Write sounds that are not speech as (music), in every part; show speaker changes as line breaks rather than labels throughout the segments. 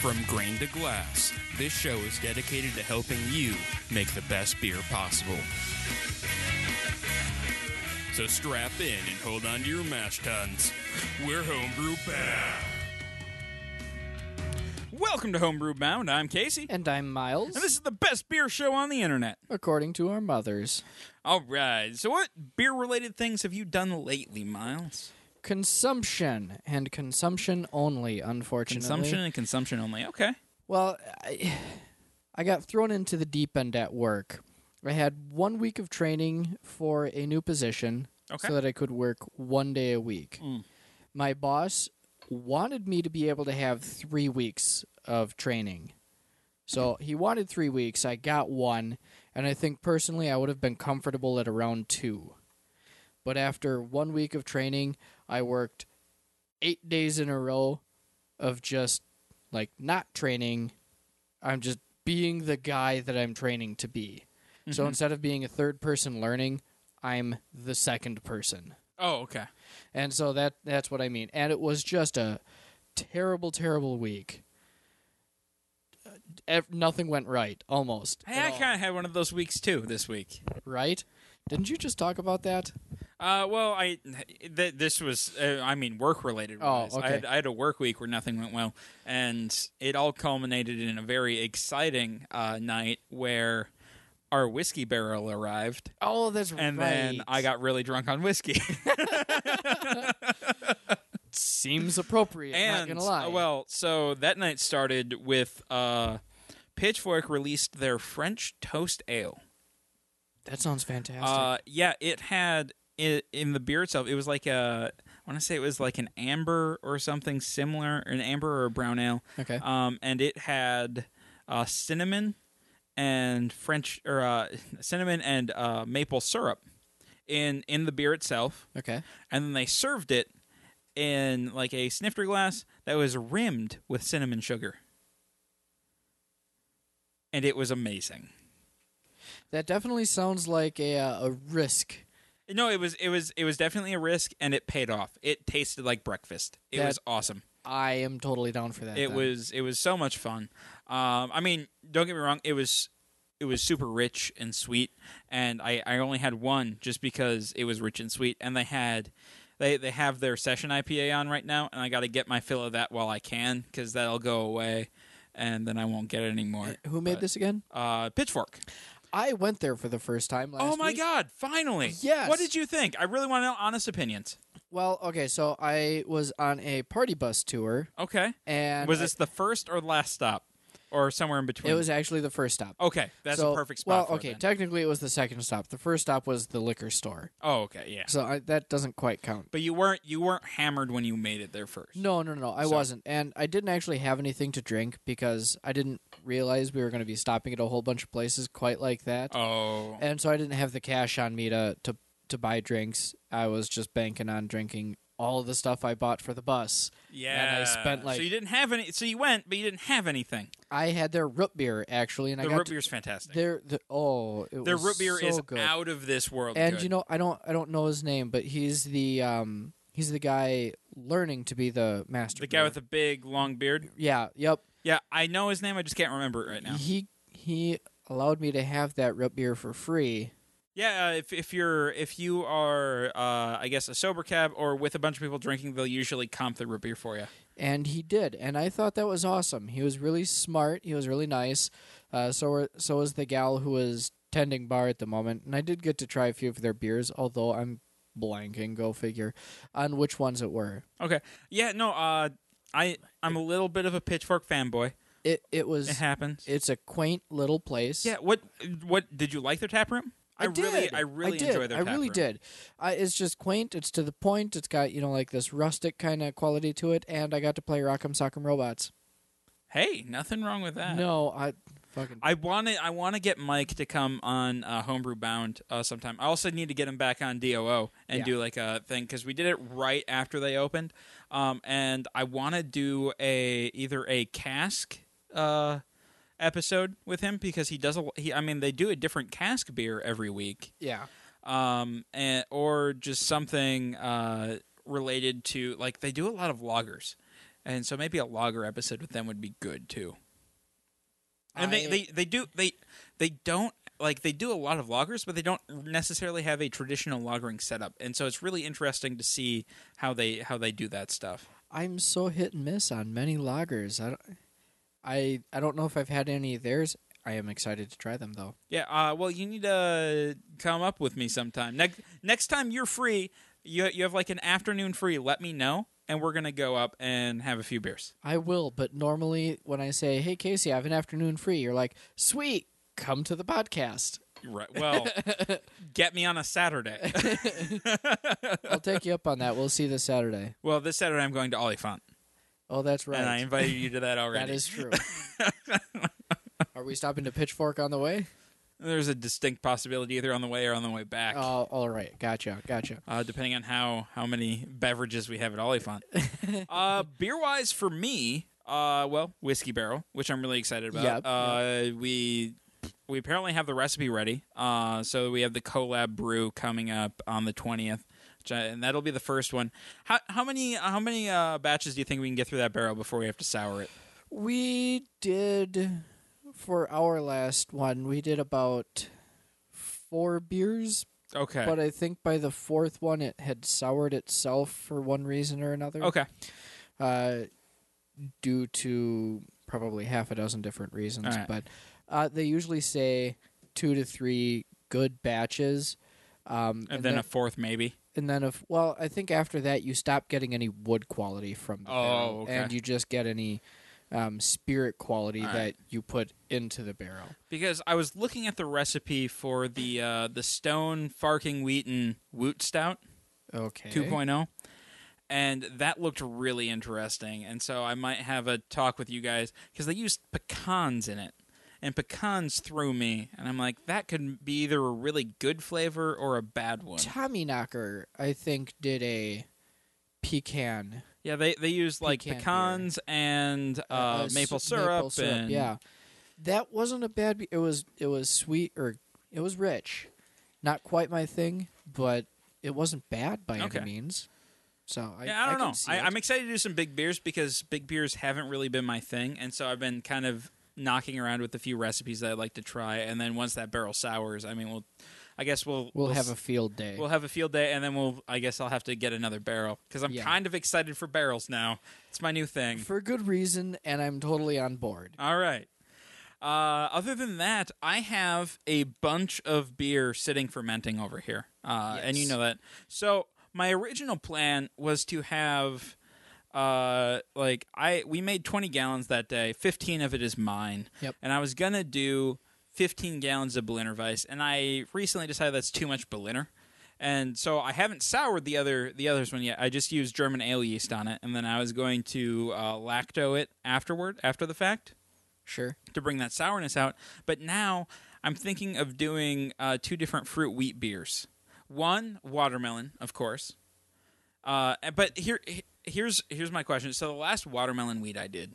From grain to glass, this show is dedicated to helping you make the best beer possible. So strap in and hold on to your mash tuns. We're Homebrew Bound. Welcome to Homebrew Bound. I'm Casey,
And I'm Miles,
and this is the best beer show on the internet.
according to our mothers.
All right. So, what beer related things have you done lately, Miles?
Consumption and consumption only, unfortunately.
Consumption and consumption only. Okay.
Well, I, I got thrown into the deep end at work. I had one week of training for a new position
Okay.
so that I could work one day a week.
Mm.
My boss wanted me to be able to have three weeks of training. So he wanted three weeks. I got one. And I think personally, I would have been comfortable at around two. But after one week of training, I worked eight days in a row of just like not training. I'm just being the guy that I'm training to be. So
Mm-hmm.
instead of being a third person learning, I'm the second person.
Oh, okay.
And so that that's what I mean. And it was just a terrible, terrible week. Uh, ev- nothing went right, almost.
Hey,
at
I
all,
kind of had one of those weeks too this week.
right? Didn't you just talk about that?
Uh, well, I th- this was uh, I mean work related.
Oh,
I
okay.
had I had a work week where nothing went well, and it all culminated in a very exciting uh, night where our whiskey barrel arrived,
Oh, that's right.
and then I got really drunk on
(laughs)
whiskey.
seems appropriate.
and
not gonna lie.
uh, well, so that night started with uh, Pitchfork released their French toast ale.
that sounds fantastic.
Uh, yeah, it had i in the beer itself. It was like a. I want to say it was like an amber or something similar, an amber or a brown ale.
okay.
Um, and it had uh, cinnamon and French or uh, cinnamon and uh, maple syrup in in the beer itself,
okay.
and then they served it in like a snifter glass that was rimmed with cinnamon sugar. And it was amazing.
That definitely sounds like a uh, a risk.
No, it was it was it was definitely a risk, and it paid off. It tasted like breakfast. It
That-
was awesome.
I am totally down for that.
It
then.
was it was so much fun. Um, I mean, don't get me wrong. It was it was super rich and sweet, and I I only had one just because it was rich and sweet, and they had. They, they have their session IPA on right now, and I got to get my fill of that while I can because that'll go away, and then I won't get it anymore.
Who made
But,
this again?
Uh, Pitchfork.
I went there for the first time last
oh my
week.
God! Finally.
Yes.
What did you think? I really want to know honest opinions.
Well, okay, so I was on a party bus tour
Okay.
and
was
I-
this the first or last stop, or somewhere in between?
it was actually the first stop.
okay. Oh, That's
So-
a perfect spot.
Well,
for it
okay,
then.
technically it was the second stop. The first stop was the liquor store.
oh, okay. Yeah.
So I, that doesn't quite count.
But you weren't you weren't hammered when you made it there first.
No, no, no, no. I
So-
wasn't. And I didn't actually have anything to drink because I didn't realize we were going to be stopping at a whole bunch of places quite like that.
Oh.
and so I didn't have the cash on me to to to buy drinks. I was just banking on drinking all of the stuff I bought for the bus.
Yeah.
and I spent, like-
so you didn't have any. So you went, but you didn't have anything.
I had their root beer actually, and I
The
got
root
to-
beer's fantastic.
their the, oh it
Their
was
root beer
so
is
good.
out of this world.
and
good.
you know I don't I don't know his name, but he's the um he's the guy learning to be the master.
the guy with the big long beard.
yeah yep
Yeah, I know his name. I just can't remember it right
(laughs)
now.
he he allowed me to have that root beer for free.
Yeah, uh, if if you're if you are uh, I guess a sober cab or with a bunch of people drinking, they'll usually comp the root beer for you.
and he did and i thought that was awesome he was really smart he was really nice uh, so were, so was the gal who was tending bar at the moment and i did get to try a few of their beers although i'm blanking go figure on which ones it were
Okay. Yeah. No. Uh, I I'm a little bit of a pitchfork fanboy.
it it
It
was
happens.
it's a quaint little place
yeah. What What did you like their tap room? I,
did.
really I really
did.
enjoy their.
I
tap
really
room.
did. I, it's just quaint. It's to the point. It's got you know like this rustic kind of quality to it, and I got to play Rock'em Sock'em Robots.
Hey, nothing wrong with that.
no, I fucking
I want to I want to get Mike to come on uh, Homebrew Bound uh, sometime. I also need to get him back on DOO and
Yeah.
do like a thing because we did it right after they opened, um, and I want to do a either a cask uh, episode with him because he does a he I mean they do a different cask beer every week,
yeah.
um, and, or just something uh, related to like they do a lot of loggers. and so maybe a logger episode with them would be good too. And they,
I-
they, they do they they don't like they do a lot of loggers, but they don't necessarily have a traditional loggering setup, and so it's really interesting to see how they how they do that stuff.
I'm so hit and miss on many lagers. I don't, I, I don't know if I've had any of theirs. I am excited to try them though.
Yeah. Uh, well, you need to come up with me sometime. Next next time you're free, you you have like an afternoon free. Let me know, and we're gonna go up and have a few beers.
I will, but normally when I say, "Hey Casey, I have an afternoon free," you're like, "Sweet, come to the podcast.
Right. Well,
(laughs)
get me on a Saturday.
I'll take you up on that. We'll see you this Saturday."
well, this Saturday I'm going to Olifant,
Oh, that's right.
and I invited you to that already.
(laughs) that is true. Are we stopping to Pitchfork on the way?
There's a distinct possibility either on the way or on the way back,
Oh, all right. Gotcha. Gotcha.
uh, depending on how how many beverages we have at Olifant. uh, beer wise, for me, uh, well, whiskey barrel, which I'm really excited about.
Yep,
uh, We we apparently have the recipe ready. Uh, so we have the collab brew coming up on the twentieth, and that'll be the first one. How how many how many uh, batches do you think we can get through that barrel before we have to sour it?
We did for our last one. We did about four beers,
Okay.
but I think by the fourth one, it had soured itself for one reason or another.
okay.
uh, due to probably half a dozen different reasons.
All right.
But uh, they usually say two to three good batches. Um,
And, then, a fourth maybe.
and then if well, I think after that you stop getting any wood quality from the
Oh,
barrel,
okay.
and you just get any um, spirit quality
All
that
right.
you put into the barrel.
Because I was looking at the recipe for the uh, the Stone Farking Wheaton Woot Stout.
Okay.
2.0 oh. and that looked really interesting and so i might have a talk with you guys because they used pecans in it and pecans threw me and i'm like that could be either a really good flavor or a bad one
Tommy Knocker, I think, did a pecan
yeah they they used like
Pecan beer.
pecans and uh,
uh, s-
maple syrup, and
yeah, that wasn't a bad. be- It was it was sweet or it was rich, not quite my thing, but it wasn't bad by
Okay.
any means. So I,
Yeah, I don't
can
know.
see
I,
it.
I'm excited to do some big beers because big beers haven't really been my thing, and so I've been kind of knocking around with a few recipes that I'd like to try. And then once that barrel sours, I mean, we'll, I guess we'll
we'll have
s-
a field day.
We'll have a field day, and then we'll. I guess I'll have to get another barrel because I'm
Yeah.
kind of excited for barrels now. It's my new thing.
for good reason, and I'm totally on board.
All right. Uh, other than that, I have a bunch of beer sitting fermenting over here, uh, and you
Yes.
know that. So my original plan was to have, uh, like I we made twenty gallons that day. Fifteen of it is mine.
Yep.
And I was gonna do fifteen gallons of Berliner Weiss, and I recently decided that's too much Berliner. And so I haven't soured the other the others one yet. I just used German ale yeast on it, and then I was going to uh, lacto it afterward after the fact
Sure.
to bring that sourness out. But now I'm thinking of doing uh, two different fruit wheat beers. One watermelon, of course. Uh, but here, he- here's here's my question. So the last watermelon wheat I did,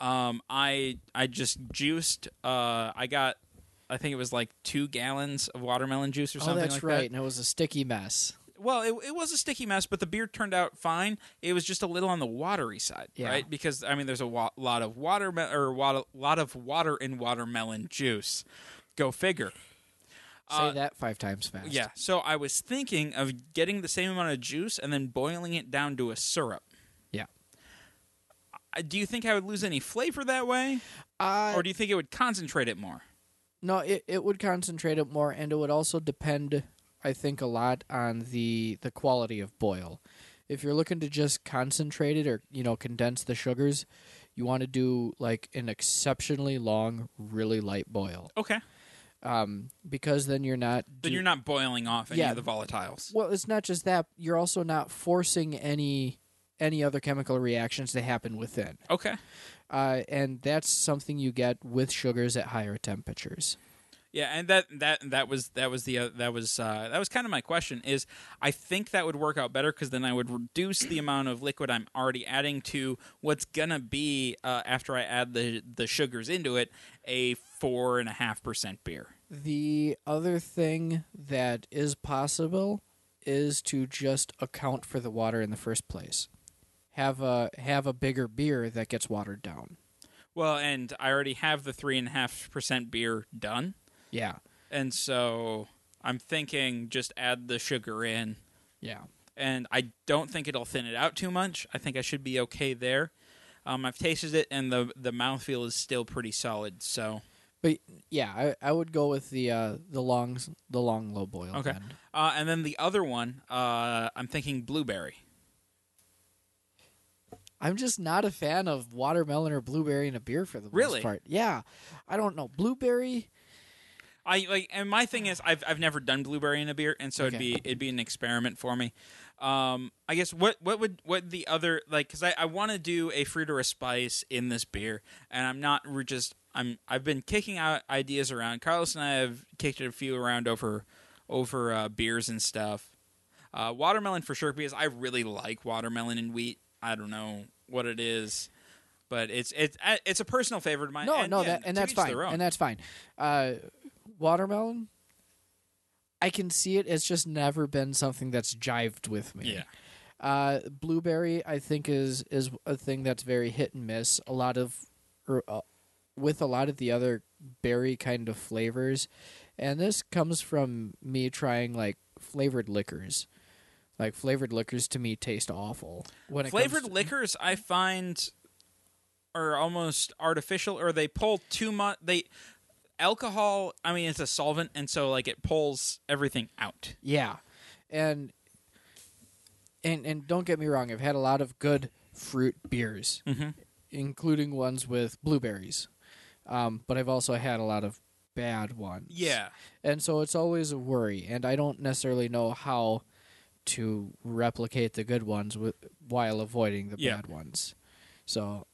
um, I I just juiced. Uh, I got, I think it was like two gallons of watermelon juice or
Oh,
something
that's
like
right,
that.
and it was a sticky mess.
Well, it, it was a sticky mess, but the beer turned out fine. It was just a little on the watery side,
Yeah.
right? Because I mean, there's a wa- lot of water or wa- lot of water in watermelon juice. Go figure.
Say
Uh,
that five times fast.
Yeah. So I was thinking of getting the same amount of juice and then boiling it down to a syrup.
Yeah.
Uh, Do you think I would lose any flavor that way,
Uh,
or do you think it would concentrate it more?
No, it, it would concentrate it more, and it would also depend, I think, a lot on the the quality of boil. If you're looking to just concentrate it or you know condense the sugars, you want to do like an exceptionally long, really light boil,
Okay.
um, because then you're not.
Then
do-
you're not boiling off any
Yeah.
of the volatiles.
Well, it's not just that you're also not forcing any any other chemical reactions to happen within,
Okay.
uh, and that's something you get with sugars at higher temperatures.
Yeah, and that that that was that was the uh, that was uh, that was kind of my question is I think that would work out better because then I would reduce the amount of liquid I'm already adding to what's gonna be uh, after I add the the sugars into it a four and a half percent beer.
The other thing that is possible is to just account for the water in the first place. have a have a bigger beer that gets watered down.
Well, and I already have the three and a half percent beer done,
Yeah,
and so I'm thinking just add the sugar in,
yeah.
and I don't think it'll thin it out too much. I think I should be okay there. Um, I've tasted it, and the the mouthfeel is still pretty solid. So
But yeah, I, I would go with the uh, the long s- the long low boil.
Okay.
then.
Uh, and then the other one, uh, I'm thinking blueberry.
I'm just not a fan of watermelon or blueberry in a beer for the
Really?
most part. Yeah, I don't know blueberry.
I like, and my thing is, I've I've never done blueberry in a beer, and so it'd
Okay.
be it'd be an experiment for me. Um, I guess what what would what the other like because I, I want to do a fruit or a spice in this beer, and I'm not we're just I'm I've been kicking out ideas around. Carlos and I have kicked a few around over over uh, beers and stuff. Uh, watermelon for sure because I really like watermelon and wheat. I don't know what it is, but it's it's uh, it's a personal favorite of mine.
No,
and,
no,
yeah,
that and
to
that's
each
fine.
their own.
And that's fine. Uh, watermelon. I can see it. It's just never been something that's jived with me.
yeah.
Uh, blueberry, I think, is is a thing that's very hit and miss. A lot of, or, uh, with a lot of the other berry kind of flavors, and this comes from me trying like flavored liquors. Like flavored liquors to me taste awful. When it comes
flavored
to-
liquors i find are almost artificial or they pull too much they alcohol i mean it's a solvent and so like it pulls everything out
Yeah, and and and don't get me wrong. I've had a lot of good fruit beers,
Mhm.
including ones with blueberries, um, but I've also had a lot of bad ones. and so it's always a worry. And I don't necessarily know how to replicate the good ones with, while avoiding the
Yeah.
bad ones. So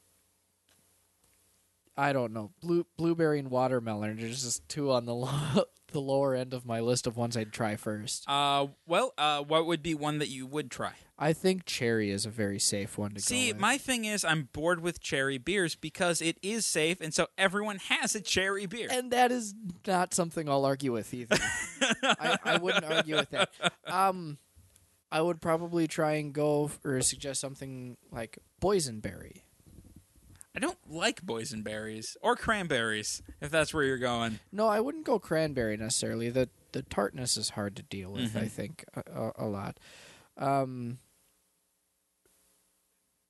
I don't know. Blue blueberry and watermelon. There's just two on the (laughs) low, the lower end of my list of ones I'd try first.
uh well uh what would be one that you would try
I think cherry is a very safe one to go
see
with.
my thing is i'm bored with cherry beers because it is safe and so everyone has a cherry beer
and that is not something I'll argue with either. I, I wouldn't argue with that. Um, I would probably try and go f- or suggest something like boysenberry.
i don't like boysenberries or cranberries if that's where you're going
No, I wouldn't go cranberry necessarily. The the tartness is hard to deal with.
Mm-hmm.
I think a, a, a lot. Um,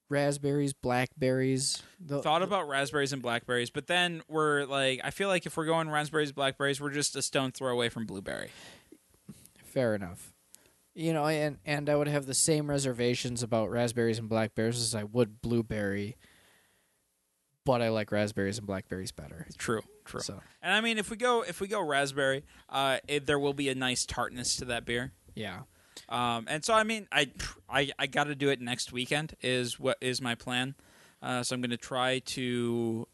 raspberries, blackberries. tho-
thought about raspberries and blackberries, but then we're like, I feel like if we're going raspberries, blackberries, we're just a stone throw away from blueberry.
Fair enough. You know, and and I would have the same reservations about raspberries and blackberries as I would blueberry, but I like raspberries and blackberries better.
True, true.
So
And I mean, if we go if we go raspberry, uh, it, there will be a nice tartness to that beer.
yeah,
Um, and so I mean, I I, I got to do it next weekend is what is my plan. Uh, so I'm going to try to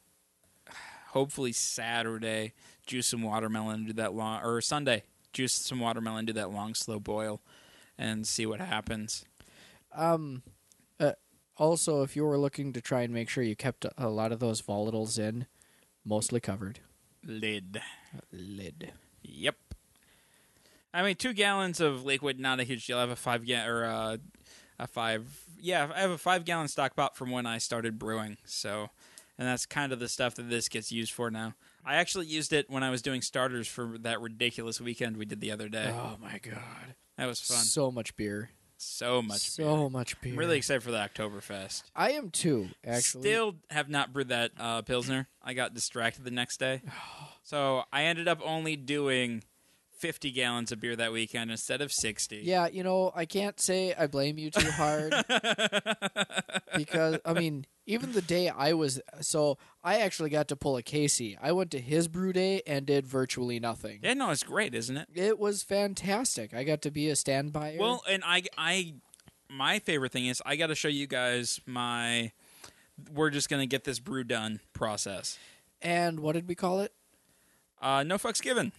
hopefully Saturday juice some watermelon, do that long, or Sunday juice some watermelon, do that long slow boil, and see what happens.
Um, uh, also, if you were looking to try and make sure you kept a lot of those volatiles in, mostly covered
Lid.
lid.
Yep. I mean, two gallons of liquid, not a huge deal. I have a five ga- or uh, a five. Yeah, I have a five gallon stockpot from when I started brewing. So, and that's kind of the stuff that this gets used for now. I actually used it when I was doing starters for that ridiculous weekend we did the other day.
Oh my god!
That was Eh. fun.
So much beer.
So much.
So
beer.
much beer.
I'm really excited for the Oktoberfest.
I am too. Actually,
Still have not brewed that uh, Pilsner. I got distracted the next
(sighs)
day. So I ended up only doing 50 gallons of beer that weekend instead of 60.
Yeah, you know, I can't say I blame you too hard because I mean, even the day I was so I actually got to pull a Casey. I went to his brew day and did virtually nothing.
(laughs) Yeah, no, it's great, isn't it?
It was fantastic. I got to be a standby.
Well, and I, I, my favorite thing is I got to show you guys my. We're just gonna get this brew done process.
and what did we call it?
Uh, no fucks given.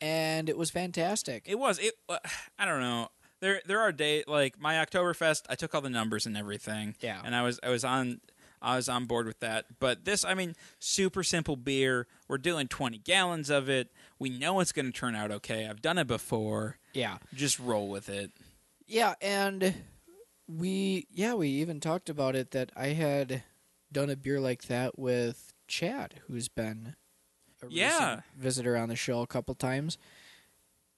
And it was fantastic.
It was. It. Uh, (sighs) I don't know. There, there are day like my Oktoberfest. I took all the numbers and everything.
Yeah.
And I was, I was on, I was on board with that. But this, I mean, super simple beer. We're doing twenty gallons of it. We know it's gonna turn out okay. I've done it before.
yeah.
Just roll with it.
Yeah, and we yeah we even talked about it that I had done a beer like that with Chad, who's been a
Yeah.
recent visitor on the show a couple times,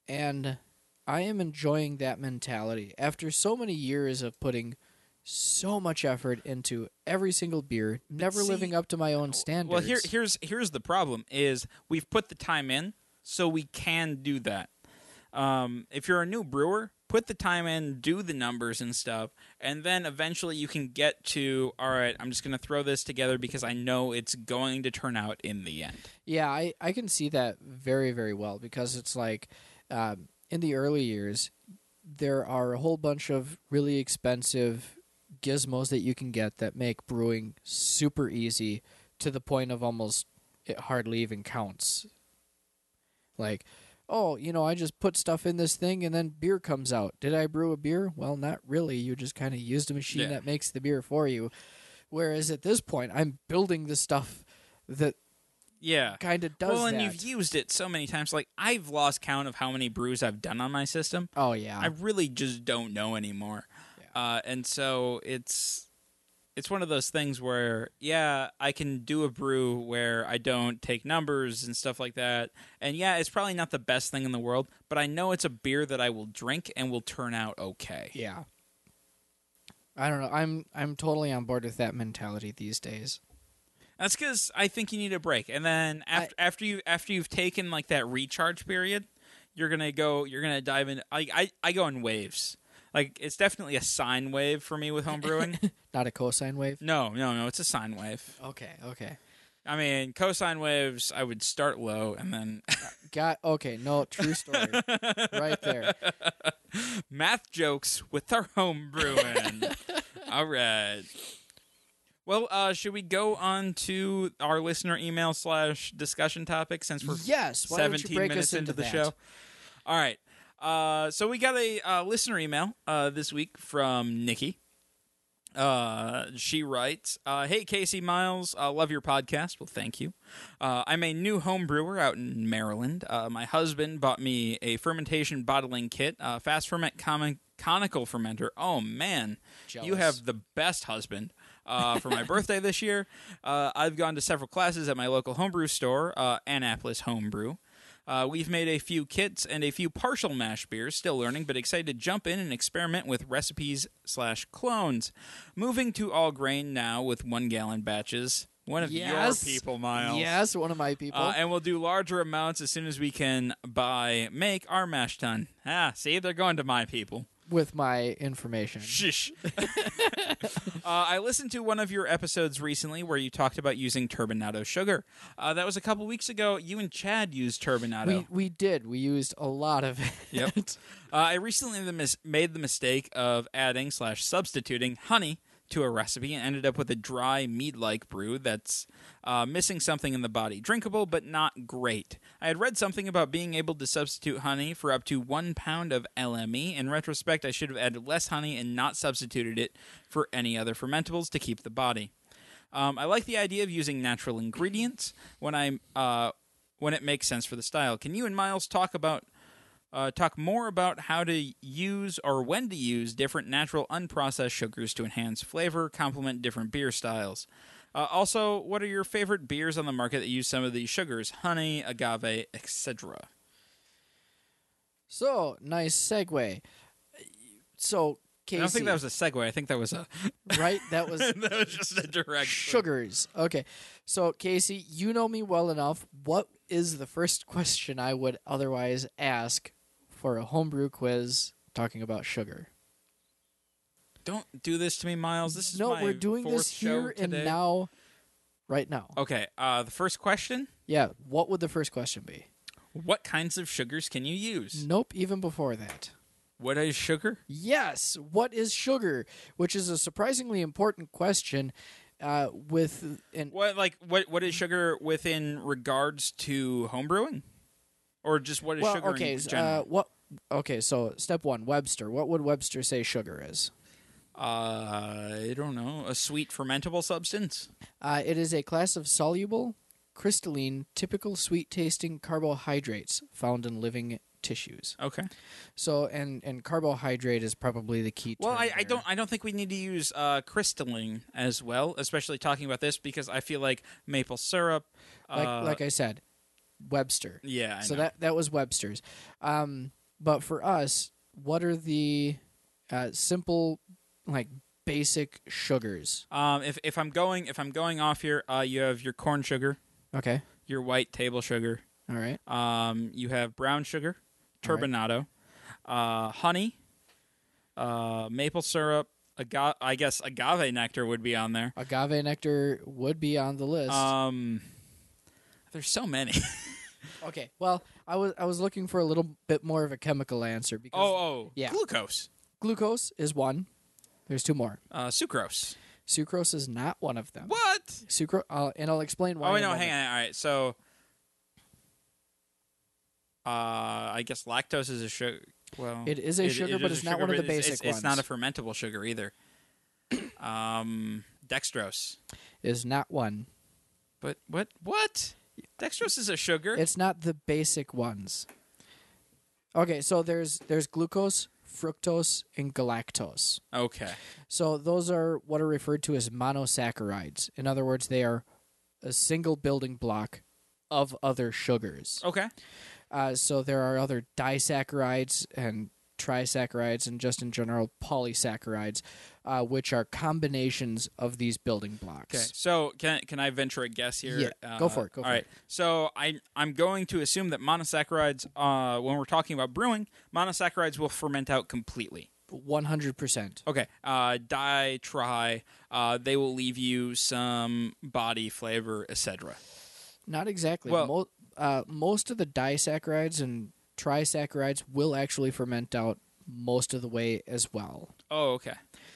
and I am enjoying that mentality after so many years of putting so much effort into every single beer, never
see-
living up to my own standards.
Well, here, here's here's the problem: is we've put the time in, so we can do that. Um, if you're a new brewer, put the time in, do the numbers and stuff, and then eventually you can get to all right. I'm just going to throw this together because I know it's going to turn out in the end.
Yeah, I, I can see that very, very well because it's like um, in the early years, there are a whole bunch of really expensive gizmos that you can get that make brewing super easy to the point of almost it hardly even counts. Like, oh, you know, I just put stuff in this thing and then beer comes out. Did I brew a beer? Well, not really. You just kind of used a machine
Yeah.
that makes the beer for you. Whereas at this point, I'm building the stuff that
Yeah.
kind of does
Well, and
that.
you've used it so many times. Like I've lost count of how many brews I've done on my system.
oh yeah,
I really just don't know anymore.
Yeah.
Uh, and so it's it's one of those things where yeah, I can do a brew where I don't take numbers and stuff like that. And yeah, it's probably not the best thing in the world, but I know it's a beer that I will drink and will turn out okay.
yeah. I don't know. I'm I'm totally on board with that mentality these days.
That's because I think you need a break, and then after after you after you've taken like that recharge period, you're gonna go. You're gonna dive in. I I, I go in waves. Like it's definitely a sine wave for me with home
(laughs)
brewing.
Not a cosine wave.
no, no, no. It's a sine wave.
Okay, okay.
I mean, cosine waves. I would start low and then (laughs)
Got okay. No, true story. right there.
math jokes with our home brewing. All right. Well, uh, should we go on to our listener email slash discussion topic since we're
Yes. Why don't
17
you break
minutes
us into,
the
that?
show. All right. Uh, so we got a uh, listener email uh, this week from Nikki. Uh, she writes, uh, "Hey Casey Miles, uh, love your podcast. Well, thank you. Uh, I'm a new home brewer out in Maryland. Uh, my husband bought me a fermentation bottling kit, uh, fast ferment common conical fermenter. Oh man, you
Jealous.
have the best husband. Uh, for my birthday this year, uh, I've gone to several classes at my local homebrew store, uh, Annapolis Homebrew. Uh, we've made a few kits and a few partial mash beers, still learning, but excited to jump in and experiment with recipes slash clones. Moving to all grain now with one gallon batches. One of
Yes.
your people, Miles.
Yes, one of my people.
Uh, and we'll do larger amounts as soon as we can buy, make our mash tun. Ah, see, they're going to my people.
with my information.
Shush. (laughs) uh, I listened to one of your episodes recently where you talked about using turbinado sugar. Uh, that was a couple weeks ago. You and Chad used turbinado.
We we did. We used a lot of it. (laughs)
Yep. Uh, I recently the mis- made the mistake of adding slash substituting honey to a recipe and ended up with a dry mead-like brew that's uh, missing something in the body. Drinkable, but not great. I had read something about being able to substitute honey for up to one pound of LME. In retrospect, I should have added less honey and not substituted it for any other fermentables to keep the body. Um, I like the idea of using natural ingredients when I uh, when it makes sense for the style. Can you and Miles talk about uh, talk more about how to use or when to use different natural unprocessed sugars to enhance flavor, complement different beer styles. Uh, also, what are your favorite beers on the market that use some of these sugars, honey, agave, etc.?
So nice segue. So
I
Casey,
don't think that was a segue. I think that was a (laughs)
right. That was
that was just a direct
sugars. Okay. So, Casey, you know me well enough. What is the first (laughs) question I would otherwise ask for a homebrew quiz talking about sugar?
Don't do this to me, Miles. This is
no,
my
we're doing
fourth
this here
show
and
today.
now, right now.
Okay. Uh, the first question:
Yeah. What would the first question be?
What kinds of sugars can you use?
Nope, even before that.
What is sugar?
Yes. What is sugar? Which is a surprisingly important question uh, with an
What like what what is sugar within regards to home brewing? Or just what is
well,
sugar
okay,
in
s-
general?
Uh, what? Okay, so step one, Webster. What would Webster say sugar is?
Uh, I don't know. A sweet fermentable substance?
Uh, it is a class of soluble, crystalline, typical sweet tasting carbohydrates found in living tissues.
Okay.
So, and, and carbohydrate is probably the key
Well,
term
I, I
here.
don't. I don't think we need to use uh, crystalline as well, especially talking about this because I feel like maple syrup.
Like,
uh,
like I said, Webster.
yeah. I
so
know.
that that was Webster's. Um, but for us, what are the uh, simple, like basic sugars?
Um, if if I'm going if I'm going off here, uh, you have your corn sugar,
Okay,
your white table sugar.
all right,
Um, you have brown sugar,
All right.
turbinado, uh, honey, uh, maple syrup. Aga- I guess agave nectar would be on there.
agave nectar would be on the list.
Um, there's so many. (laughs)
okay, well, I was I was looking for a little bit more of a chemical answer because
oh, oh,
yeah.
glucose,
glucose is one. There's two more.
uh, sucrose.
Sucrose is not one of them.
What?
Sucrose, uh, and I'll explain why.
oh,
in a
no,
moment.
hang on. All right, so uh, I guess lactose is a sugar. Well,
It is a sugar, but
is
it's
a
not one of
but
the
it's-
basic
it's- It's not a
ones.
fermentable sugar either. (coughs) um, dextrose.
Is not one.
But what? What? Dextrose is a sugar.
It's not the basic ones. Okay, so there's there's glucose, fructose, and galactose.
okay.
So those are what are referred to as monosaccharides. In other words, they are a single building block of other sugars.
Okay.
Uh, so there are other disaccharides and trisaccharides, and just in general polysaccharides, uh, which are combinations of these building blocks.
Okay. So can can I venture a guess here? Uh,
Yeah, go for it, go for
all right.
it.
So I I'm going to assume that monosaccharides. Uh, when we're talking about brewing, monosaccharides will ferment out completely.
One hundred percent.
Okay. Uh, die, try. Uh, they will leave you some body flavor, etc.
Not exactly.
Well-
Mo- uh, most of the disaccharides and trisaccharides will actually ferment out most of the way as well.
Oh, okay.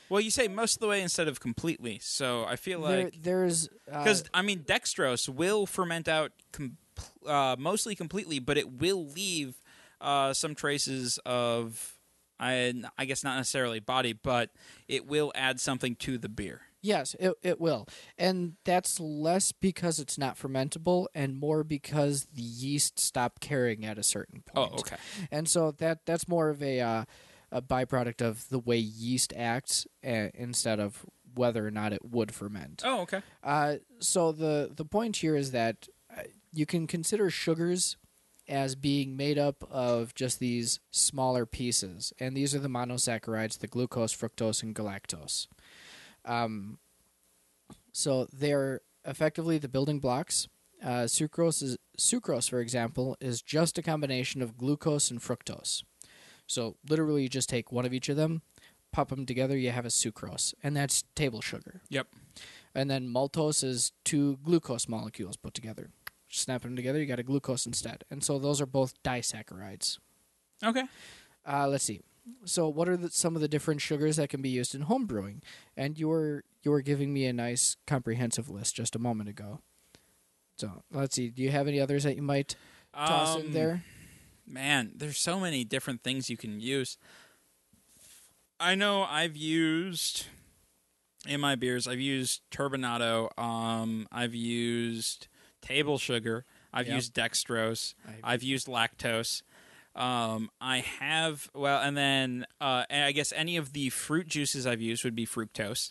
Well, you say most of the way instead of completely. So I feel
there,
like
there's uh,
because I mean dextrose will ferment out com- uh, mostly completely, but it will leave uh, some traces of. I, I guess not necessarily body, but it will add something to the beer.
yes, it it will, and that's less because it's not fermentable, and more because the yeast stop carrying at a certain
Oh,
point. and so that that's more of a uh, a byproduct of the way yeast acts uh, instead of whether or not it would ferment.
Oh, okay.
Uh, so the the point here is that uh, you can consider sugars as being made up of just these smaller pieces, and these are the monosaccharides, the glucose, fructose, and galactose. Um, so they're effectively the building blocks. Uh, sucrose, is, sucrose, for example, is just a combination of glucose and fructose. So literally, you just take one of each of them, pop them together, you have a sucrose, and that's table sugar
Yep.
and then maltose is two glucose molecules put together. Snap them together, you got a glucose instead. And so those are both disaccharides.
Okay.
Uh, let's see. So what are the, some of the different sugars that can be used in home brewing? And you were you were giving me a nice comprehensive list just a moment ago. So let's see. Do you have any others that you might toss in
Um,
there?
man, there's so many different things you can use. I know I've used in my beers. I've used turbinado. Um, I've used table sugar. I've
Yep.
used dextrose.
I've-
I've, used lactose. Um, I have well, and then uh, and I guess any of the fruit juices I've used would be fructose.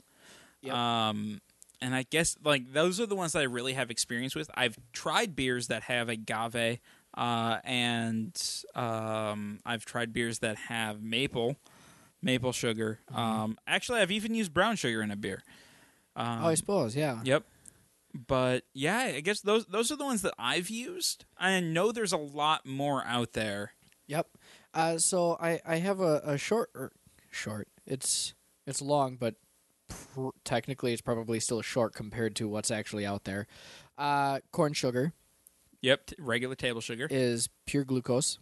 Yep.
Um, and I guess like those are the ones that I really have experience with. I've tried beers that have agave, uh, and um, I've tried beers that have maple, maple sugar.
Mm-hmm.
Um, actually, I've even used brown sugar in a beer. Um,
oh, I suppose, yeah.
Yep. But yeah, I guess those those are the ones that I've used. I know there's a lot more out there.
Yep. Uh, so I, I have a, a short er, short. It's it's long, but pr- technically it's probably still short compared to what's actually out there. Uh, corn sugar
Yep, t- regular table sugar.
is pure glucose.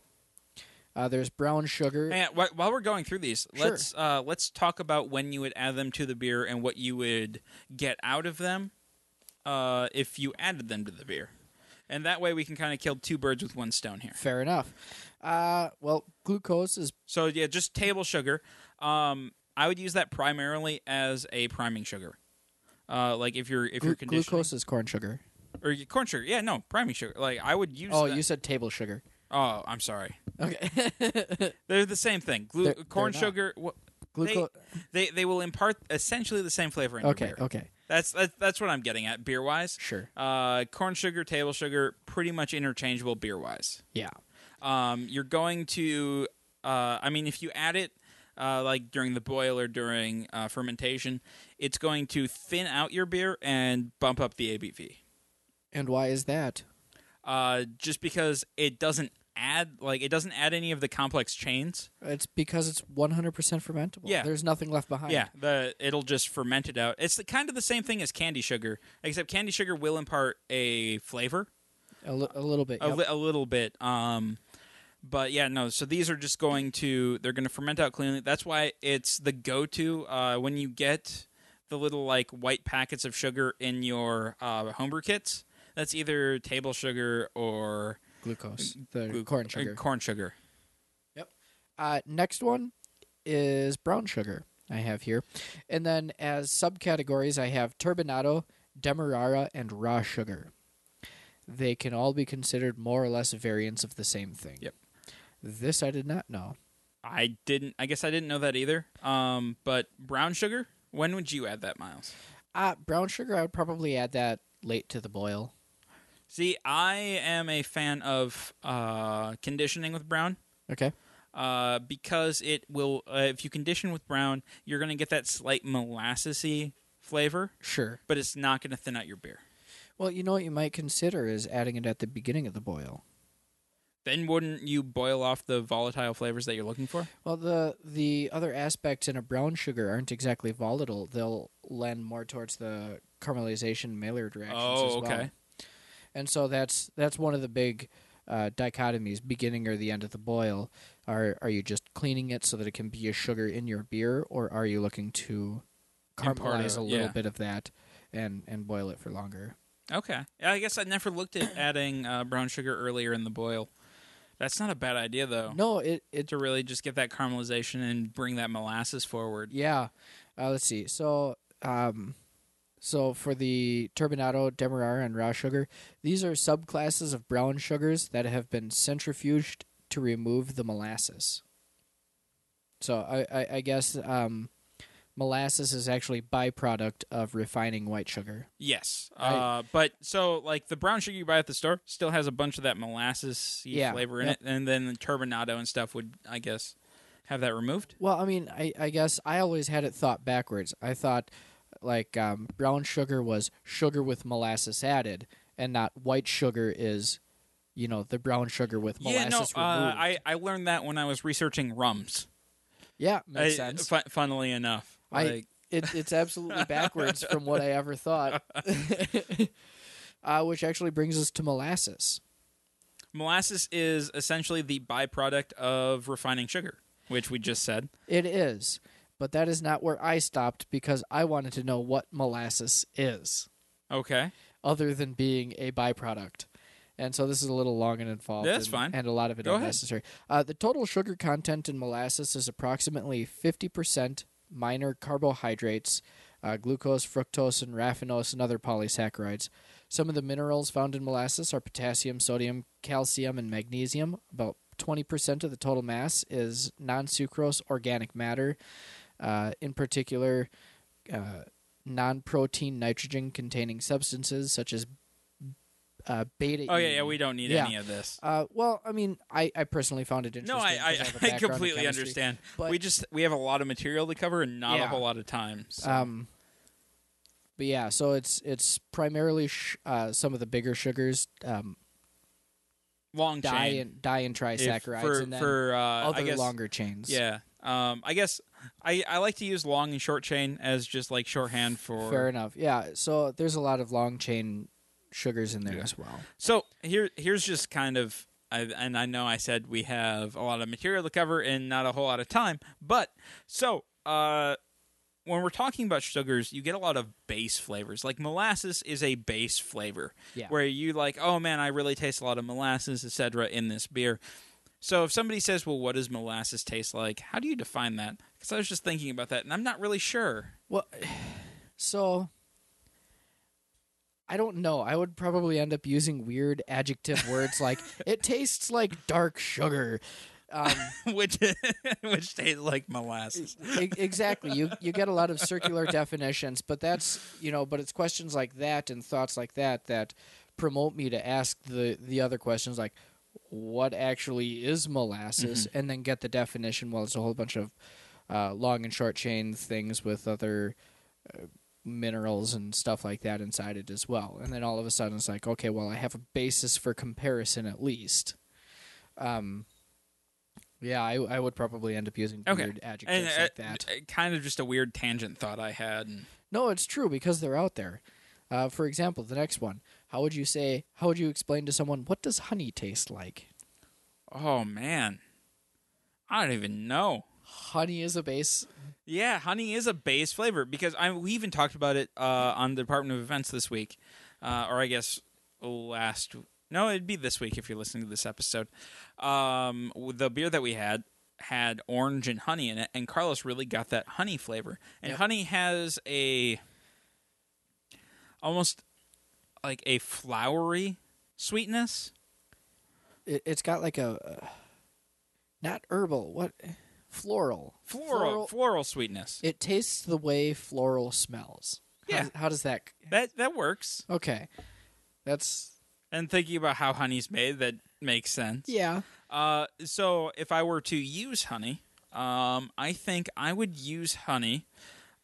Uh, there's brown sugar.
And wh- while we're going through these,
Sure.
let's uh, let's talk about when you would add them to the beer and what you would get out of them uh, if you added them to the beer. And that way we can kind of kill two birds with one stone here.
Fair enough. Uh, well, glucose is
So yeah, just table sugar. Um, I would use that primarily as a priming sugar. Uh, like if you're if
glu-
you're conditioning.
glucose is corn sugar.
or y- corn sugar. Yeah, no, priming sugar. Like I would use.
Oh,
that-
you said
(laughs)
table sugar.
Oh, I'm sorry.
Okay.
They're the same thing. Glu-
They're- they're
corn
not.
sugar. Wh-
Glucose.
they they will impart essentially the same flavor in your
Okay,
beer.
okay.
That's that's that's what I'm getting at beer wise.
Sure.
Uh, corn sugar, table sugar, pretty much interchangeable beer wise.
Yeah.
Um, you're going to, uh, I mean, if you add it uh, like during the boil or during uh, fermentation, it's going to thin out your beer and bump up the ABV.
And why is that?
Uh, just because it doesn't add like it doesn't add any of the complex chains.
It's because it's 100% fermentable.
Yeah.
There's nothing left behind.
Yeah, the it'll just ferment it out. It's the, kind of the same thing as candy sugar, except candy sugar will impart a flavor.
A, li- a little bit.
a,
yep.
li- a little bit. Um, but yeah, no. So these are just going to they're going to ferment out cleanly. That's why it's the go to uh, when you get the little like white packets of sugar in your uh, homebrew kits. That's either table sugar or
Glucose. The
glu-
corn
or
sugar.
Corn sugar.
Uh, next one is brown sugar. I have here, and then as subcategories, I have turbinado, demerara, and raw sugar. They can all be considered more or less variants of the same thing.
Yep.
This I did not know.
I didn't. I guess I didn't know that either. Um, but brown sugar. When would you add that, Miles?
Uh, brown sugar, I would probably add that late to the boil.
See, I am a fan of uh, conditioning with brown.
Okay.
uh, because it will. Uh, if you condition with brown, you're going to get that slight molassesy flavor,
Sure.
but it's not going to thin out your beer.
Well, you know what you might consider is adding it at the beginning of the boil.
Then wouldn't you boil off the volatile flavors that you're looking for?
Well, the the other aspects in a brown sugar aren't exactly volatile. They'll lend more towards the caramelization Maillard reactions as
Oh,
well.
okay.
And so that's that's one of the big uh, dichotomies: beginning or the end of the boil. Are are you just cleaning it so that it can be a sugar in your beer, or are you looking to
Impart
caramelize
a-
a little
yeah.
bit of that and and boil it for longer?
Okay. I guess I never looked at adding uh, brown sugar earlier in the boil. That's not a bad idea, though.
No, it it
To really just get that caramelization and bring that molasses forward.
Yeah. Uh, let's see. So, um, so for the turbinado, demerara, and raw sugar, these are subclasses of brown sugars that have been centrifuged to remove the molasses. So I, I, I guess um, molasses is actually byproduct of refining white sugar.
Yes.
Right.
Uh, but so, like, the brown sugar you buy at the store still has a bunch of that molasses
Yeah,
flavor in
yep.
it. And then the turbinado and stuff would, I guess, have that removed.
Well, I mean, I, I guess I always had it thought backwards. I thought like um, brown sugar was sugar with molasses added, and not white sugar is, you know, the brown sugar with
yeah, no,
molasses
uh,
removed.
I, I learned that when I was researching rums.
yeah, makes
I-
sense.
fu- funnily enough.
I-
Like,
It,
(laughs)
it's absolutely backwards from what I ever thought. (laughs) uh, which actually brings us to molasses.
molasses is essentially the byproduct of refining sugar, which we just said.
It is, but that is not where I stopped because I wanted to know what molasses is.
Okay.
other than being a byproduct. And so this is a little long and involved.
Yeah, that's
and,
fine.
And a lot of it
Go ahead.
unnecessary. Uh, the total sugar content in molasses is approximately 50% minor carbohydrates, uh, glucose, fructose, and raffinose, and other polysaccharides. Some of the minerals found in molasses are potassium, sodium, calcium, and magnesium. About 20% of the total mass is non sucrose organic matter, uh, in particular, uh, non protein nitrogen containing substances such as uh, beta.
Oh, yeah, yeah, we don't need
Yeah.
any of this.
Uh, well, I mean, I, I personally found it interesting.
No, I, (laughs)
'cause
I,
have a
I
background in
completely
chemistry.
understand.
But-
we just we have a lot of material to cover and not a
Yeah.
whole lot of time. So.
Um, but yeah, so it's it's primarily sh- uh, some of the bigger sugars, um,
Long
di
chain.
and di and
if-
trisaccharides,
for
and then
for uh,
other
I guess,
longer chains.
Yeah. Um, I guess I, I like to use long and short chain as just like shorthand for
fair enough. Yeah, so there's a lot of long chain sugars in there
Yeah.
as well.
So here, here's just kind of, I, and I know I said we have a lot of material to cover and not a whole lot of time, but so uh, when we're talking about sugars, you get a lot of base flavors. Like molasses is a base flavor,
Yeah.
where you like, oh man, I really taste a lot of molasses, etc., in this beer. So if somebody says, well, what does molasses taste like? How do you define that? Because I was just thinking about that, and I'm not really sure.
Well, so I don't know. I would probably end up using weird adjective words like it tastes like dark sugar. Um,
(laughs) which (laughs) which tastes like molasses.
e- exactly. You you get a lot of circular definitions, but that's you know, but it's questions like that and thoughts like that that promote me to ask the the other questions like what actually is molasses and then get the definition well it's a whole bunch of uh, long and short chain things with other uh, minerals and stuff like that inside it as well and then all of a sudden it's like okay well i have a basis for comparison at least um yeah i, I would probably end up using
Okay.
weird adjectives
And
like
uh,
that
uh, kind of just a weird tangent thought I had. and-
no, it's true because they're out there. Uh, for example, the next one. How would you say? How would you explain to someone what does honey taste like?
oh man, I don't even know.
Honey is a base.
Yeah, honey is a base flavor because I we even talked about it uh, on the Department of Events this week, uh, or I guess last. No, it'd be this week if you're listening to this episode. Um, the beer that we had had orange and honey in it, and Carlos really got that honey flavor. And
Yep.
honey has a almost like a flowery sweetness.
It, it's got like a uh, not herbal. What floral?
Floral, floral, sweetness.
It tastes the way floral smells. How
Yeah.
does- How, does that?
that that works.
Okay. That's
And thinking about how honey's made, that makes sense.
yeah.
Uh, so if I were to use honey, um, I think I would use honey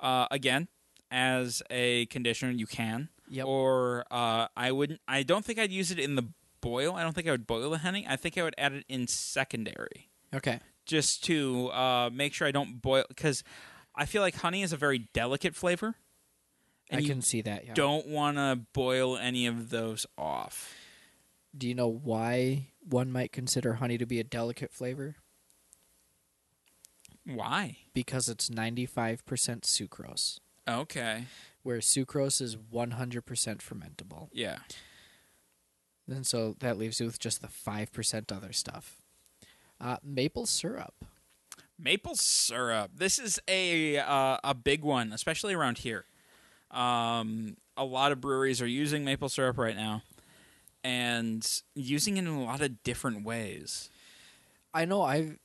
uh, again as a conditioner. You can,
Yep.
or uh, I wouldn't. I don't think I'd use it in the boil. I don't think I would boil the honey. I think I would add it in secondary,
Okay.
just to uh, make sure I don't boil because I feel like honey is a very delicate flavor, and
I
you
can see that. Yeah.
don't want to boil any of those off.
Do you know why one might consider honey to be a delicate flavor?
Why?
Because it's ninety-five percent sucrose.
Okay.
where sucrose is 100% fermentable.
Yeah.
And so that leaves you with just the 5% other stuff. Uh, maple syrup.
Maple syrup. This is a uh, a big one, especially around here. Um, a lot of breweries are using maple syrup right now, and using it in a lot of different ways.
I know I've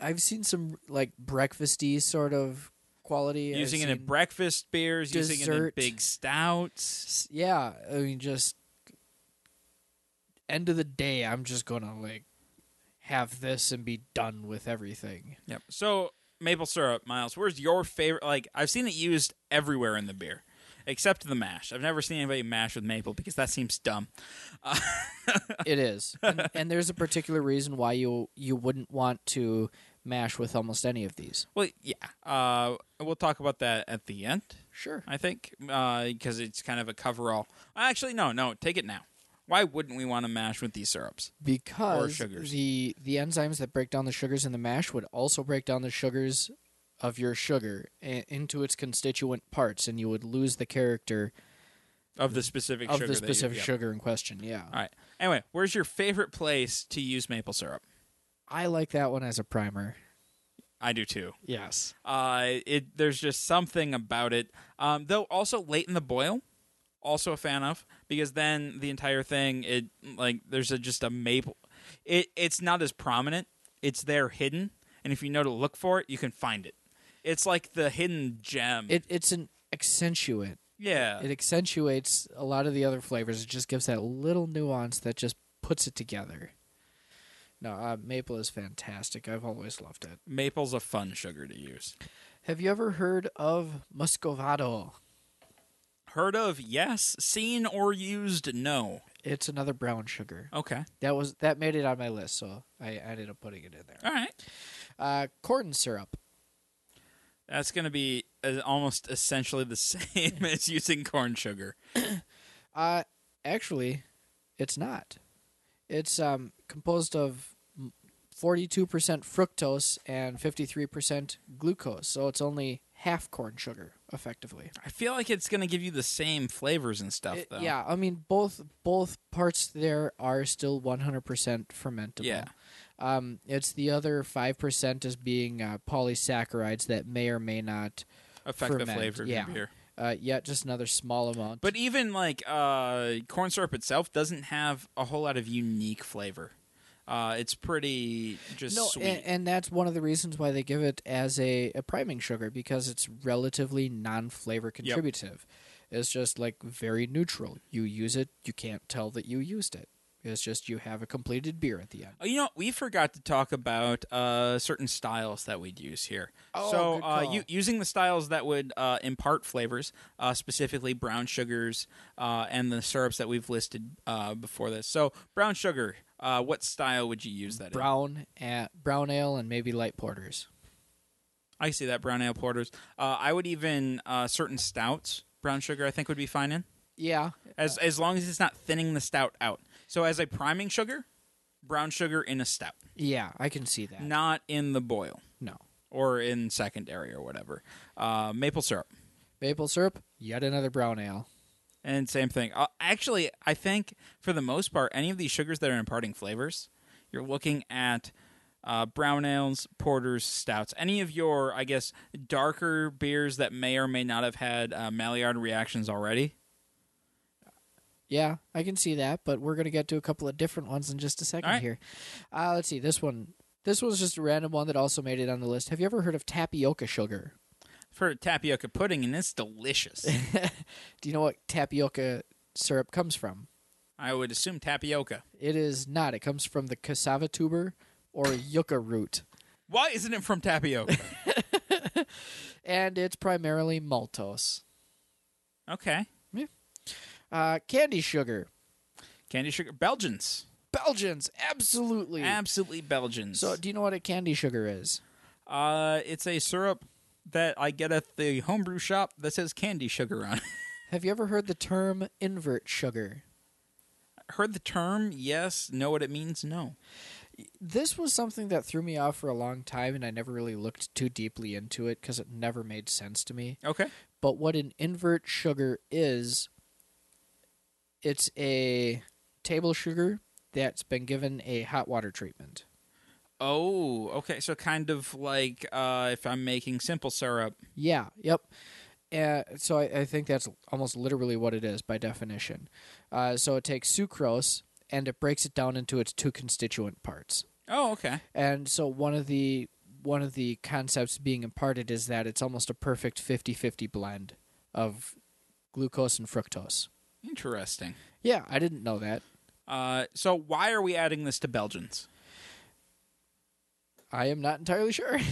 I've seen some like breakfasty sort of quality. I've
using it in
seen-
breakfast beers, using it in
dessert.
big stouts.
s- yeah, I mean just end of the day I'm just going to like have this and be done
(laughs)
with everything.
Yep. So maple syrup, Miles. Where's your favorite? Like I've seen it used everywhere in the beer, except the mash. I've never seen anybody mash with maple because that seems dumb.
It is, and, and there's a particular reason why you you wouldn't want to mash with almost any of these.
Well, yeah. Uh, we'll talk about that at the end.
Sure.
I think, because it's kind of a coverall. Actually, no, no, take it now. Why wouldn't we want to mash with these syrups?
because
sugars.
the the enzymes that break down the sugars in the mash would also break down the sugars of your sugar i- into its constituent parts and you would lose the character
Of the specific
of
sugar.
the
that you-
specific
yeah.
sugar in question yeah
All right. Anyway, where's your favorite place to use maple syrup?
i like that one as a primer
I do too.
yes
Uh, it there's just something about it. Um, though also late in the boil, also a fan of because then the entire thing it like there's a, just a maple. It it's not as prominent. It's there hidden, and if you know to look for it, you can find it. It's like the hidden gem.
it, it's an accentuate
yeah.
it accentuates a lot of the other flavors it just gives that little nuance that just puts it together no uh, maple is fantastic i've always loved it
Maple's a fun sugar to use.
have you ever heard of muscovado
Heard of? Yes. Seen or used? No.
it's another brown sugar
Okay.
That was that made it on my list, so I ended up putting it in there.
All right.
Uh, corn syrup.
That's going to be uh, almost essentially the (laughs) same as using corn sugar.
Uh, actually, it's not. It's um, composed of forty-two percent fructose and fifty-three percent glucose, so it's only half corn sugar, effectively.
I feel like it's going to give you the same flavors and stuff,
It-
though.
yeah, I mean both both parts there are still one hundred percent fermentable.
Yeah.
Um, it's the other five percent as being uh, polysaccharides that may or may not
Affect the
Ferment,
flavor of
yeah.
your beer.
Uh, yet just another small amount.
But even like uh, corn syrup itself doesn't have a whole lot of unique flavor. Uh, it's pretty just
no,
sweet.
and, and that's one of the reasons why they give it as a, a priming sugar because it's relatively non-flavor contributive. It's just like very neutral. You use it, you can't tell that you used it. It's just you have a completed beer at the end.
Oh, you know, we forgot to talk about uh, certain styles that we'd use here.
Oh,
so,
good
uh,
call.
u- using the styles that would uh, impart flavors, uh, specifically brown sugars uh, and the syrups that we've listed uh, before this. So, brown sugar, uh, what style would you use that in?
Brown at brown ale and maybe light porters.
I see that brown ale porters. Uh, I would even uh, certain stouts. Brown sugar, I think, would be fine in
Yeah,
as as long as it's not thinning the stout out. So as a priming sugar, brown sugar in a stout,
yeah, I can see that.
not in the boil
no.
or in secondary or whatever. Uh, maple syrup
Maple syrup, yet another brown ale.
and same thing. Uh, actually, I think for the most part, any of these sugars that are imparting flavors, you're looking at. Uh, brown ales, porters, stouts, any of your, I guess, darker beers that may or may not have had uh, Maillard reactions already.
Yeah, I can see that, but we're gonna get to a couple of different ones in just a second
All right.
here. Uh, let's see this one. This one's just a random one that also made it on the list. Have you ever heard of tapioca sugar?
For tapioca pudding, and it's delicious.
Do you know what tapioca syrup comes from?
I would assume tapioca.
It is not. It comes from the cassava tuber or yucca root,
Why isn't it from tapioca?
and it's primarily maltose.
okay.
Uh, candy sugar,
Candy sugar. Belgians.
Belgians, absolutely.
Absolutely Belgians.
so, do you know what a candy sugar is?
uh, it's a syrup that I get at the homebrew shop that says candy sugar on it.
Have you ever heard the term invert sugar?
Heard the term? Yes. Know what it means? No.
This was something that threw me off for a long time, and I never really looked too deeply into it because it never made sense to me.
Okay.
But what an invert sugar is, it's a table sugar that's been given a hot water treatment.
Oh, okay. So kind of like uh, if I'm making simple syrup.
Yeah, yep. Uh, so I, I think that's almost literally what it is by definition. Uh, so it takes sucrose and it breaks it down into its two constituent parts.
Oh, okay.
And so one of the one of the concepts being imparted is that it's almost a perfect 50-50 blend of glucose and fructose.
Interesting.
Yeah, I didn't know that.
Uh, so why are we adding this to Belgians?
I am not entirely sure. (laughs)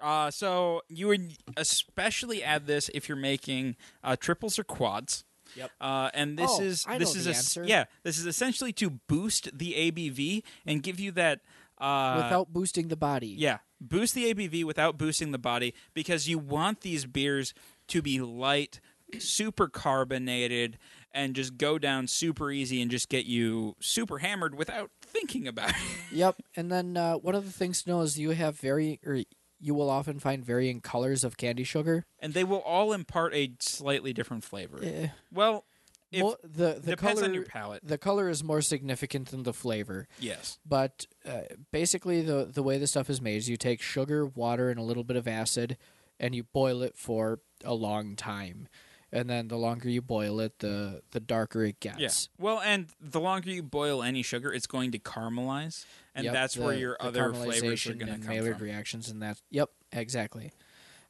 Uh, so you would especially add this if you're making uh, triples or quads.
Yep.
Uh, and this
Oh,
is
I
this
know
is
the
es-
answer.
yeah this is essentially to boost the ABV and give you that uh,
Without boosting the body.
yeah boost the ABV without boosting the body because you want these beers to be light, super carbonated, and just go down super easy and just get you super hammered without thinking about it. (laughs)
Yep. And then uh, one of the things to know is you have very or you will often find varying colors of candy sugar.
And they will all impart a slightly different flavor.
Eh,
Well, if,
mo- the the
depends
color
on your palate.
the color is more significant than the flavor.
Yes.
But uh, basically, the the way the stuff is made is you take sugar, water, and a little bit of acid, and you boil it for a long time. And then the longer you boil it, the the darker it gets.
Yes. Well, and the longer you boil any sugar, it's going to caramelize, and
Yep,
that's where
the-
your
the
other flavors are
caramelization
going
and
to come
Maillard
from.
reactions and that. Yep, exactly.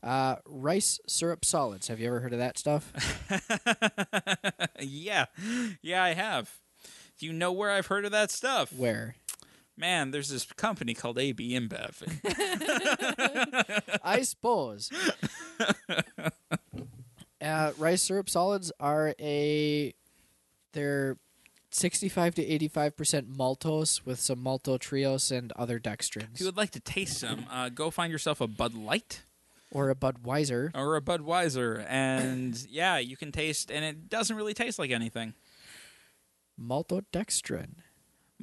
Uh, rice syrup solids. Have you ever heard of that stuff?
(laughs) (laughs) yeah, yeah, I have. Do you know where I've heard of that stuff?
Where
Man, there's this company called AB InBev.
I suppose (laughs) uh, rice syrup solids are a they're sixty-five to eighty-five percent maltose with some maltotriose and other
if you
dextrins,
would like to taste some, uh, go find yourself a Bud Light
or a Budweiser.
or a Budweiser, and yeah, you can taste, and it doesn't really taste like anything.
Maltodextrin.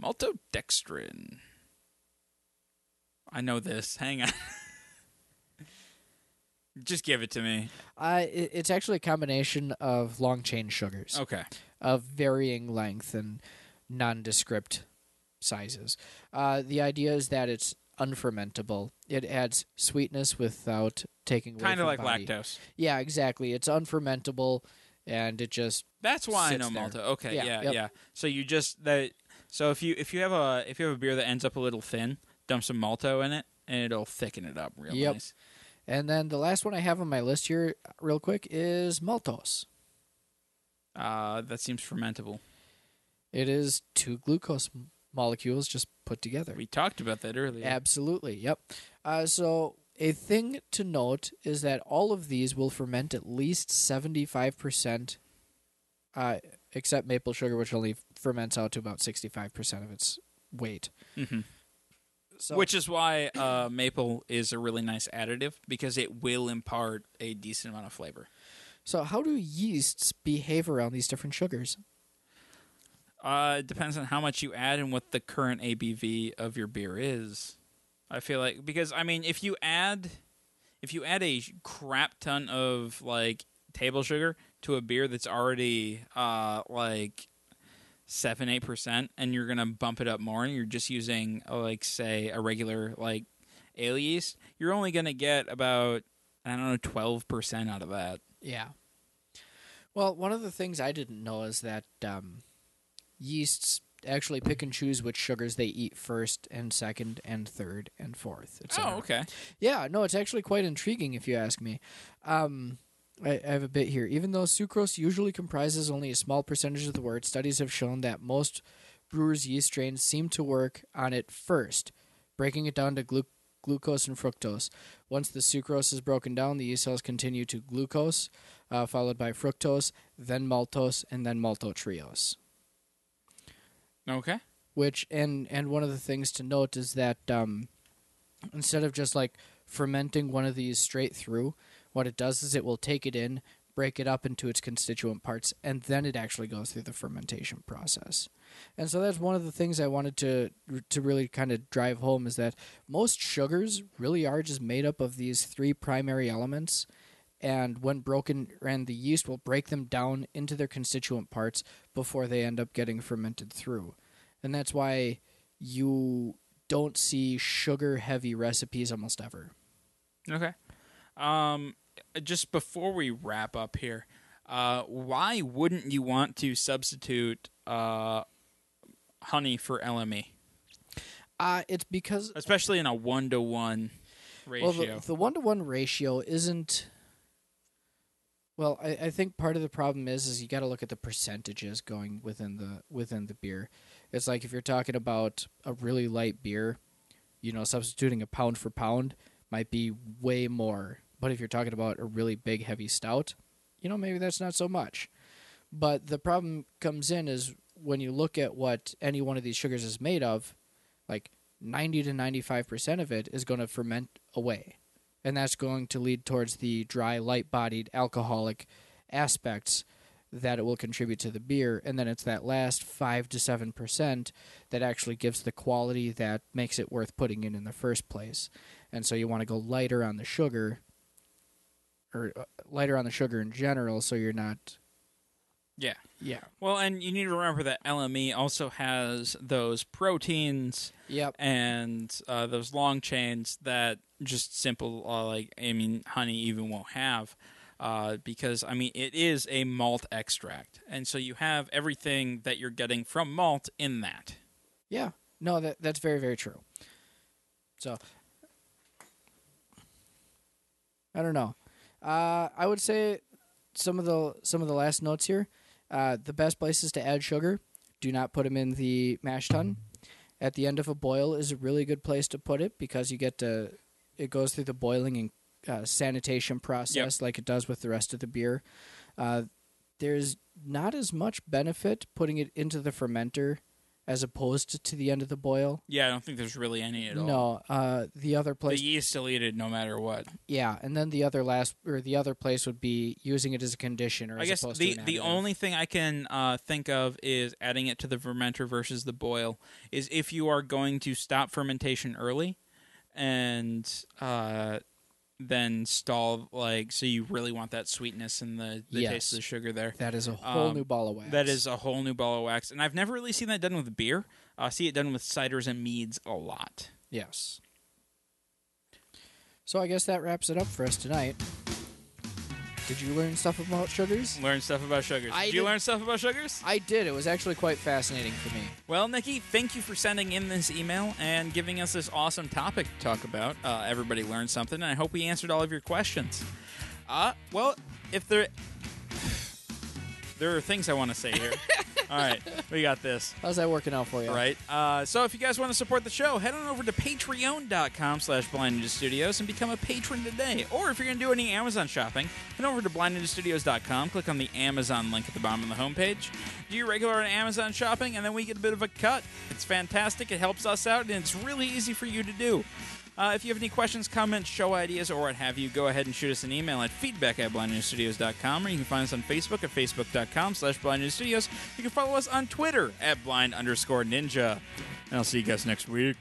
Maltodextrin. I know this. Hang on. (laughs) Just give it to me.
Uh, it, it's actually a combination of long chain sugars.
Okay.
of varying length and nondescript sizes. Uh, the idea is that it's unfermentable. It adds sweetness without taking away
Kind of like
from body.
lactose.
Yeah, exactly. It's unfermentable, and it just
That's why I
sits
know
there.
Malta. Okay,
Yeah,
yeah, yeah.
yep.
So you just that. So if you if you have a if you have a beer that ends up a little thin, dump some Malto in it, and it'll thicken it up real
Yep.
nice.
And then the last one I have on my list here, real quick, is maltose.
Uh, that seems fermentable.
It is two glucose m- molecules just put together.
We talked about that earlier.
Absolutely. Yep. Uh, so a thing to note is that all of these will ferment at least seventy-five percent, uh, except maple sugar, which only ferments out to about sixty-five percent of its weight.
Mhm.
So,
Which is why uh, maple is a really nice additive because it will impart a decent amount of flavor.
so how do yeasts behave around these different sugars?
Uh, it depends on how much you add and what the current ABV of your beer is. I feel like because I mean, if you add, if you add a crap ton of like table sugar to a beer that's already uh like seven eight percent, and you're gonna bump it up more, and you're just using uh, like say a regular like ale yeast, you're only gonna get about I don't know twelve percent out of that.
Yeah. Well, one of the things I didn't know is that um, yeasts actually pick and choose which sugars they eat first and second and third and fourth. et cetera.
Oh, okay.
Yeah, no, it's actually quite intriguing if you ask me. Um, I, I have a bit here. Even though sucrose usually comprises only a small percentage of the wort, studies have shown that most brewers' yeast strains seem to work on it first, breaking it down to glu- glucose and fructose. Once the sucrose is broken down, the yeast cells continue to glucose, uh, followed by fructose, then maltose, and then maltotriose
Okay.
which and and one of the things to note is that um, instead of just like fermenting one of these straight through what it does is it will take it in break it up into its constituent parts and then it actually goes through the fermentation process and so that's one of the things i wanted to to really kind of drive home is that most sugars really are just made up of these three primary elements and when broken and the yeast will break them down into their constituent parts before they end up getting fermented through and that's why you don't see sugar heavy recipes almost ever
Okay. Um, just before we wrap up here, uh, why wouldn't you want to substitute uh, honey for LME,
uh, it's because
especially in a one to one ratio?
well the- the one to one ratio isn't well I, I think part of the problem is is you got to look at the percentages going within the within the beer it's like if you're talking about a really light beer you know substituting a pound for pound might be way more but if you're talking about a really big heavy stout you know maybe that's not so much but the problem comes in is when you look at what any one of these sugars is made of like 90 to 95% of it is going to ferment away and that's going to lead towards the dry light bodied alcoholic aspects that it will contribute to the beer and then it's that last 5 to 7% that actually gives the quality that makes it worth putting in in the first place and so you want to go lighter on the sugar or uh, lighter on the sugar in general so you're not
yeah.
yeah
Well, and you need to remember that LME also has those proteins
yep
and uh, those long chains that just simple uh, like I mean honey even won't have uh, because I mean it is a malt extract and so you have everything that you're getting from malt in that.
Yeah. No, that that's very very true. So I don't know. Uh, I would say some of the some of the last notes here. Uh, the best places to add sugar. Do not put them in the mash tun. At the end of a boil is a really good place to put it because you get to it goes through the boiling and uh, sanitation process like it does with the rest of the beer. Uh, there's not as much benefit putting it into the fermenter as opposed to, to the end of the boil.
Yeah, I don't think there's really any at all.
No, uh, the other
the
place,
yeast will eat it no matter what.
yeah, and then the other last or the other place would be using it as a conditioner.
I
as
guess
opposed
the
to an
the
additive.
only thing I can uh, think of is adding it to the fermenter versus the boil is if you are going to stop fermentation early, and uh, then stall like so you really want that sweetness and the, the
Yes.
taste of the sugar there.
that is a whole
um,
new ball of wax.
That is a whole new ball of wax, and I've never really seen that done with beer. I see it done with ciders and meads a lot.
yes, So I guess that wraps it up for us tonight. Did you learn stuff about sugars?
Learn stuff about sugars.
I
Did you
did-
learn stuff about sugars?
I did. It was actually quite fascinating for me.
Well, Nikki, thank you for sending in this email and giving us this awesome topic to talk about. Uh, everybody learned something, and I hope we answered all of your questions. Uh, well, if there (sighs) there are things I want to say here. all right, we got this.
How's that working out for you?
Right. Uh, so if you guys want to support the show, head on over to patreon.com slash Blind Ninja studios and become a patron today. Or if you're going to do any Amazon shopping, head over to blindninjastudios.com, click on the Amazon link at the bottom of the homepage, do your regular Amazon shopping, and then we get a bit of a cut. It's fantastic. It helps us out, and it's really easy for you to do. Uh, if you have any questions, comments, show ideas, or what have you, go ahead and shoot us an email at feedback at blindnewsstudios.com, or you can find us on Facebook at facebook.com slash blindnewsstudios. You can follow us on Twitter at blind underscore ninja. And I'll see you guys next week.